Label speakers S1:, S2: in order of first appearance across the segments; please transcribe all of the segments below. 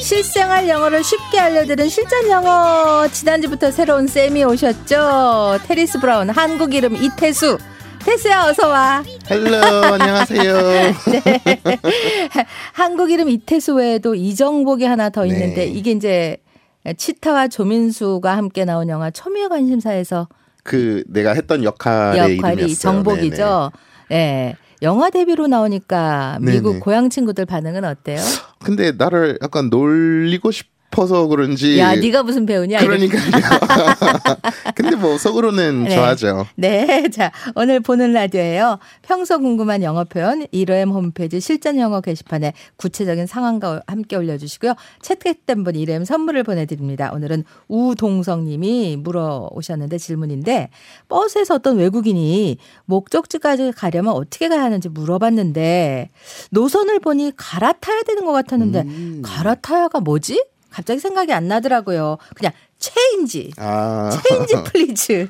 S1: 실생활 영어를 쉽게 알려드린 실전 영어 지난주부터 새로운 쌤이 오셨죠. 테리스 브라운 한국 이름 이태수. 태수야 어서 와.
S2: 헬로 안녕하세요.
S1: 한국 이름 이태수 외에도 이정복이 하나 더 있는데
S2: 네.
S1: 이게 이제 치타와 조민수가 함께 나온 영화 초미의 관심사에서
S2: 그 내가 했던 역할의
S1: 역할이
S2: 아, 네, 이름이었어요.
S1: 정복이죠. 예. 영화 데뷔로 나오니까 미국
S2: 네네.
S1: 고향 친구들 반응은 어때요?
S2: 네네. 근데 나를 약간 놀리고 싶어서 예. 그런지
S1: 야, 네가 무슨 배우냐?
S2: 그러니까
S1: 이렇게.
S2: 그러니까요. 근데 뭐 속으로는
S1: 네.
S2: 좋아하죠.
S1: 네, 자 오늘 보는 라디오예요. 평소 궁금한 영어 표현 1호엠 홈페이지 실전 영어 게시판에 구체적인 상황과 함께 올려주시고요. 채택된 분 1호엠 선물을 보내드립니다. 오늘은 우동성님이 물어오셨는데 질문인데 버스에서 어떤 외국인이 목적지까지 가려면 어떻게 가야 하는지 물어봤는데 노선을 보니 갈아타야 되는 것 같았는데
S2: 음.
S1: 갈아타야가 뭐지? 갑자기 생각이 안 나더라고요. 그냥 체인지.
S2: 아
S1: 체인지 플리즈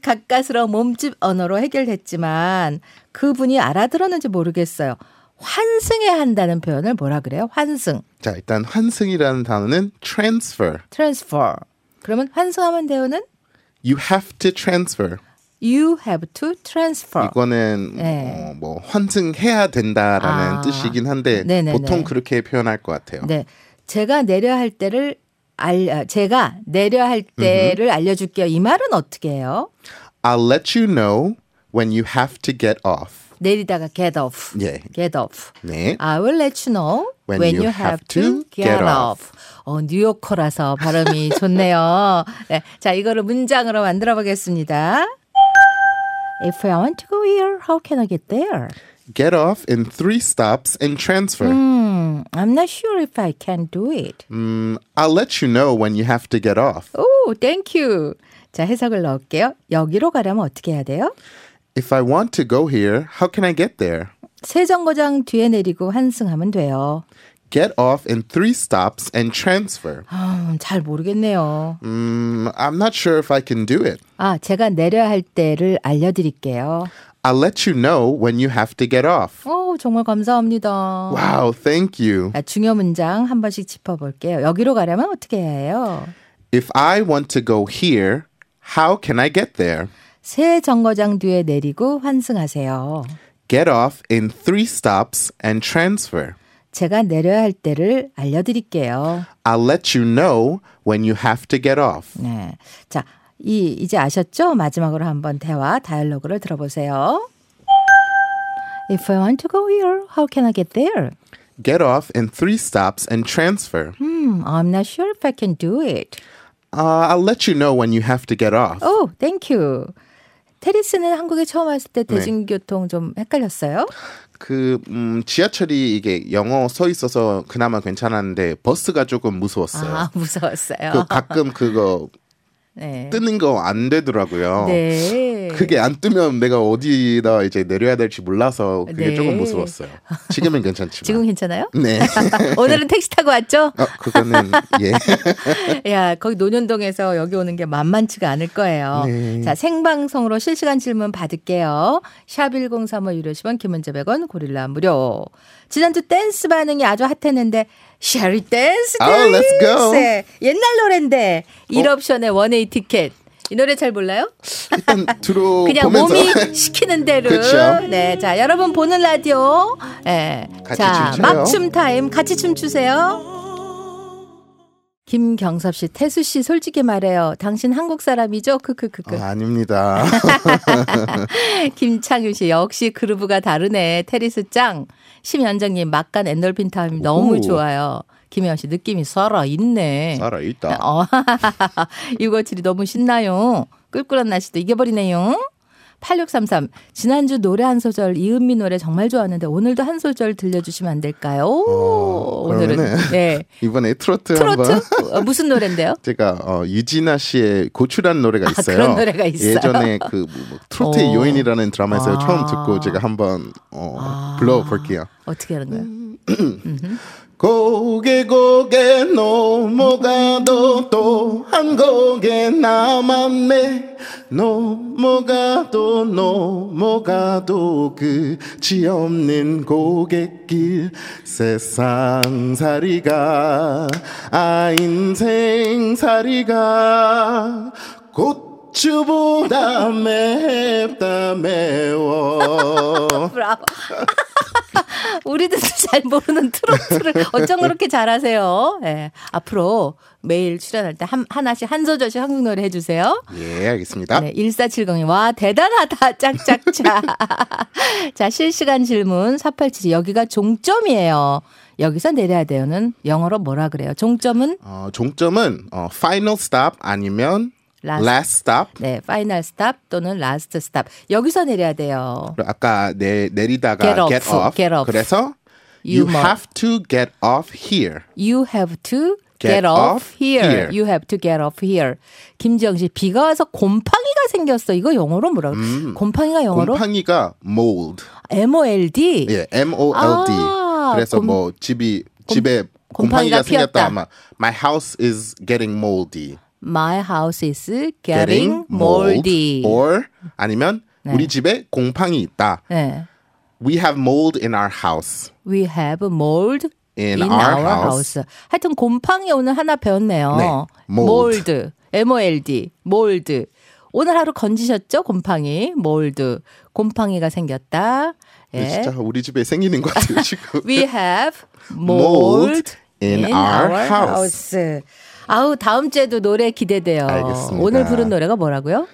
S1: 가까스러운 몸집 언어로 해결됐지만 그분이 알아들었는지 모르겠어요. 환승해야 한다는 표현을 뭐라 그래요? 환승,
S2: 자 일단 환승이라는 단어는 transfer.
S1: transfer. 그러면 환승하면 되는
S2: You have to transfer.
S1: you have to transfer.
S2: 이거는
S1: 네.
S2: 어, 뭐 환승해야 된다라는
S1: 아.
S2: 뜻이긴 한데
S1: 네네네.
S2: 보통 그렇게 표현할 것 같아요.
S1: 네, 제가 내려 할 때를 알, 아, 제가 내려 할 때를 알려줄게요. 이 말은 어떻게 해요?
S2: I'll let you know when you have to get off.
S1: 내리다가 get off,
S2: 예.
S1: get off.
S2: 네.
S1: I will let you know when, you have, to get off. 어, 뉴요커라서 발음이 좋네요. 네, 자, 이거를 문장으로 만들어 보겠습니다. If I want to go here, how can I get there?
S2: Get off in three stops and transfer.
S1: Hmm, I'm not sure if I can do it.
S2: 음, I'll let you know when you have to get off.
S1: 오, Oh, thank you. 자, 해석을 넣을게요. 여기로 가려면 어떻게 해야 돼요?
S2: If I want to go here, how can I get there?
S1: 새 정거장 뒤에 내리고 환승하면 돼요.
S2: Get off in three stops and transfer.
S1: 아, 잘 모르겠네요.
S2: 음, I'm not sure if I can do it.
S1: 아, 제가 내려야 할 때를 알려드릴게요.
S2: I'll let you know when you have to get off.
S1: 오, 정말 감사합니다.
S2: Wow, thank you.
S1: 자, 아, 중요 문장 한 번씩 짚어볼게요. 여기로 가려면 어떻게 해야 해요?
S2: If I want to go here, how can I get there?
S1: 새 정거장 뒤에 내리고 환승하세요.
S2: Get off in three stops and transfer.
S1: 제가 내려야 할 때를 알려드릴게요.
S2: I'll let you know when you have to get off.
S1: 네. 자, 이, 이제 아셨죠? 마지막으로 한번 대화, 다이얼로그를 들어보세요. If I want to go here, how can I get there?
S2: Get off in three stops and transfer.
S1: Hmm, I'm not sure if I can do it.
S2: Uh, I'll let you know when you have to get off.
S1: Oh, thank you. 테리스는 한국에 처음 왔을 때
S2: 네.
S1: 대중교통 좀 헷갈렸어요?
S2: 그 음, 지하철이 이게 영어 써 있어서 그나마 괜찮았는데 버스가 조금 무서웠어요.
S1: 아, 무서웠어요.
S2: 그 가끔 그거
S1: 네.
S2: 뜨는 거 안 되더라고요.
S1: 네.
S2: 어. 그게 안 뜨면 내가 어디다 이제 내려야 될지 몰라서 그게
S1: 네.
S2: 조금 무서웠어요. 지금은 괜찮지만.
S1: 지금 괜찮아요?
S2: 네.
S1: 오늘은 택시 타고 왔죠?
S2: 어, 그거는 예.
S1: 야, 거기 논현동에서 여기 오는 게 만만치가 않을 거예요.
S2: 네.
S1: 자, 생방송으로 실시간 질문 받을게요. 샵 1035 유료 10원, 김은재 100원, 고릴라 무료. 지난주 댄스 반응이 아주 핫했는데 샤리 댄스
S2: Oh, let's go. 어?
S1: 댄스. 옛날 노래인데 1옵션의 원웨이 티켓. 이 노래 잘 몰라요?
S2: 일단 들어
S1: 그냥
S2: 보면서
S1: 몸이 시키는 대로.
S2: 그쵸.
S1: 네, 자 여러분 보는 라디오. 예.
S2: 같이
S1: 자
S2: 춤춰요.
S1: 맞춤 타임 같이 춤 추세요. 김경섭 씨, 태수 씨 솔직히 말해요. 당신 한국 사람이죠? 크크크크.
S2: 아, 아닙니다.
S1: 김창윤 씨 역시 그루브가 다르네. 테리스 짱. 심연정님 막간 엔돌핀 타임 너무
S2: 오호.
S1: 좋아요. 김혜원 씨 느낌이 살아 있네.
S2: 알아 있다.
S1: 어, 657이 너무 신나요. 꿀꿀한 날씨도 이겨버리네요. 8633. 지난주 노래 한 소절, 이은미 노래 정말 좋았는데, 오늘도 한 소절 들려주시면 안 될까요?
S2: 어,
S1: 오늘은.
S2: 그러면은
S1: 네.
S2: 이번에 트로트, 한번
S1: 트로트? 어, 무슨 노래인데요?
S2: 제가 어, 유진아 씨의 고추란 노래가
S1: 아,
S2: 있어요.
S1: 그런 노래가 있어요?
S2: 예전에 그 뭐, 뭐, 트로트의
S1: 어.
S2: 요인이라는 드라마에서
S1: 아.
S2: 처음 듣고 제가 한번 어, 불러볼게요.
S1: 어떻게 하는 거예요?
S2: 음. 고개 고개 넘어가도 또 한 고개 남았네 넘어가도 넘어가도 끝이 없는 고갯길 세상살이가 아 인생살이가 고추보다 맵다 매워
S1: 브라보. 우리도 잘 모르는 트로트를 어쩜 그렇게 잘하세요. 예. 앞으로 매일 출연할 때 한, 하나씩 한 소절씩 한국 노래 해주세요.
S2: 예 알겠습니다
S1: 네, 1470님. 와, 대단하다. 짝짝짝. 자, 실시간 질문 487. 여기가 종점이에요. 여기서 내려야 돼요는 영어로 뭐라 그래요? 종점은
S2: 어, 종점은 어, final stop 아니면
S1: Last.
S2: last stop
S1: 네, 파이널 스탑 또는 라스트 스탑. 여기서 내려야 돼요.
S2: 그리고 아까 내 내리다가
S1: Get
S2: get
S1: off,
S2: off,
S1: get off.
S2: 그래서
S1: You
S2: you,
S1: mu-
S2: have to get off here.
S1: You have to get,
S2: Get
S1: off
S2: off
S1: here.
S2: here.
S1: You have to get off here. 김지영 씨, 비가 와서 곰팡이가 생겼어. 이거 영어로 뭐라? 고 음. 곰팡이가 영어로
S2: 곰팡이가 mold,
S1: MOLD.
S2: 예, M O L D.
S1: 아,
S2: 그래서
S1: 곰-
S2: 뭐 집이 집에
S1: 곰팡이가
S2: 곰팡이가, 생겼다
S1: 피었다.
S2: 아마 my house is getting moldy.
S1: My house is getting, moldy.
S2: mold or 아니면 우리 집에 곰팡이 있다.
S1: 네.
S2: We have mold in our house.
S1: We have mold in,
S2: In
S1: our,
S2: our
S1: house. 하여튼 곰팡이 오늘 하나 배웠네요.
S2: 네, mold.
S1: mold. MOLD. mold. 오늘 하루 건지셨죠? 곰팡이. mold. 곰팡이가 생겼다.
S2: 근데
S1: 예.
S2: 네, 진짜 우리 집에 생기는 것 같아요 지금.
S1: We have mold
S2: Mold in our house.
S1: house. 아우 다음 주에도 노래 기대돼요.
S2: 알겠습니다.
S1: 오늘 부른 노래가 뭐라고요?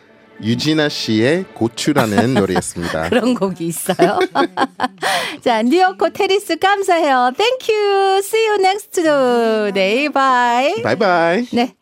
S2: 유진아 씨의 고추라는 노래였습니다.
S1: 그런 곡이 있어요. 자, 뉴욕코 테리스 감사해요. Thank you. See you next day. Bye.
S2: 바이바이.
S1: 네,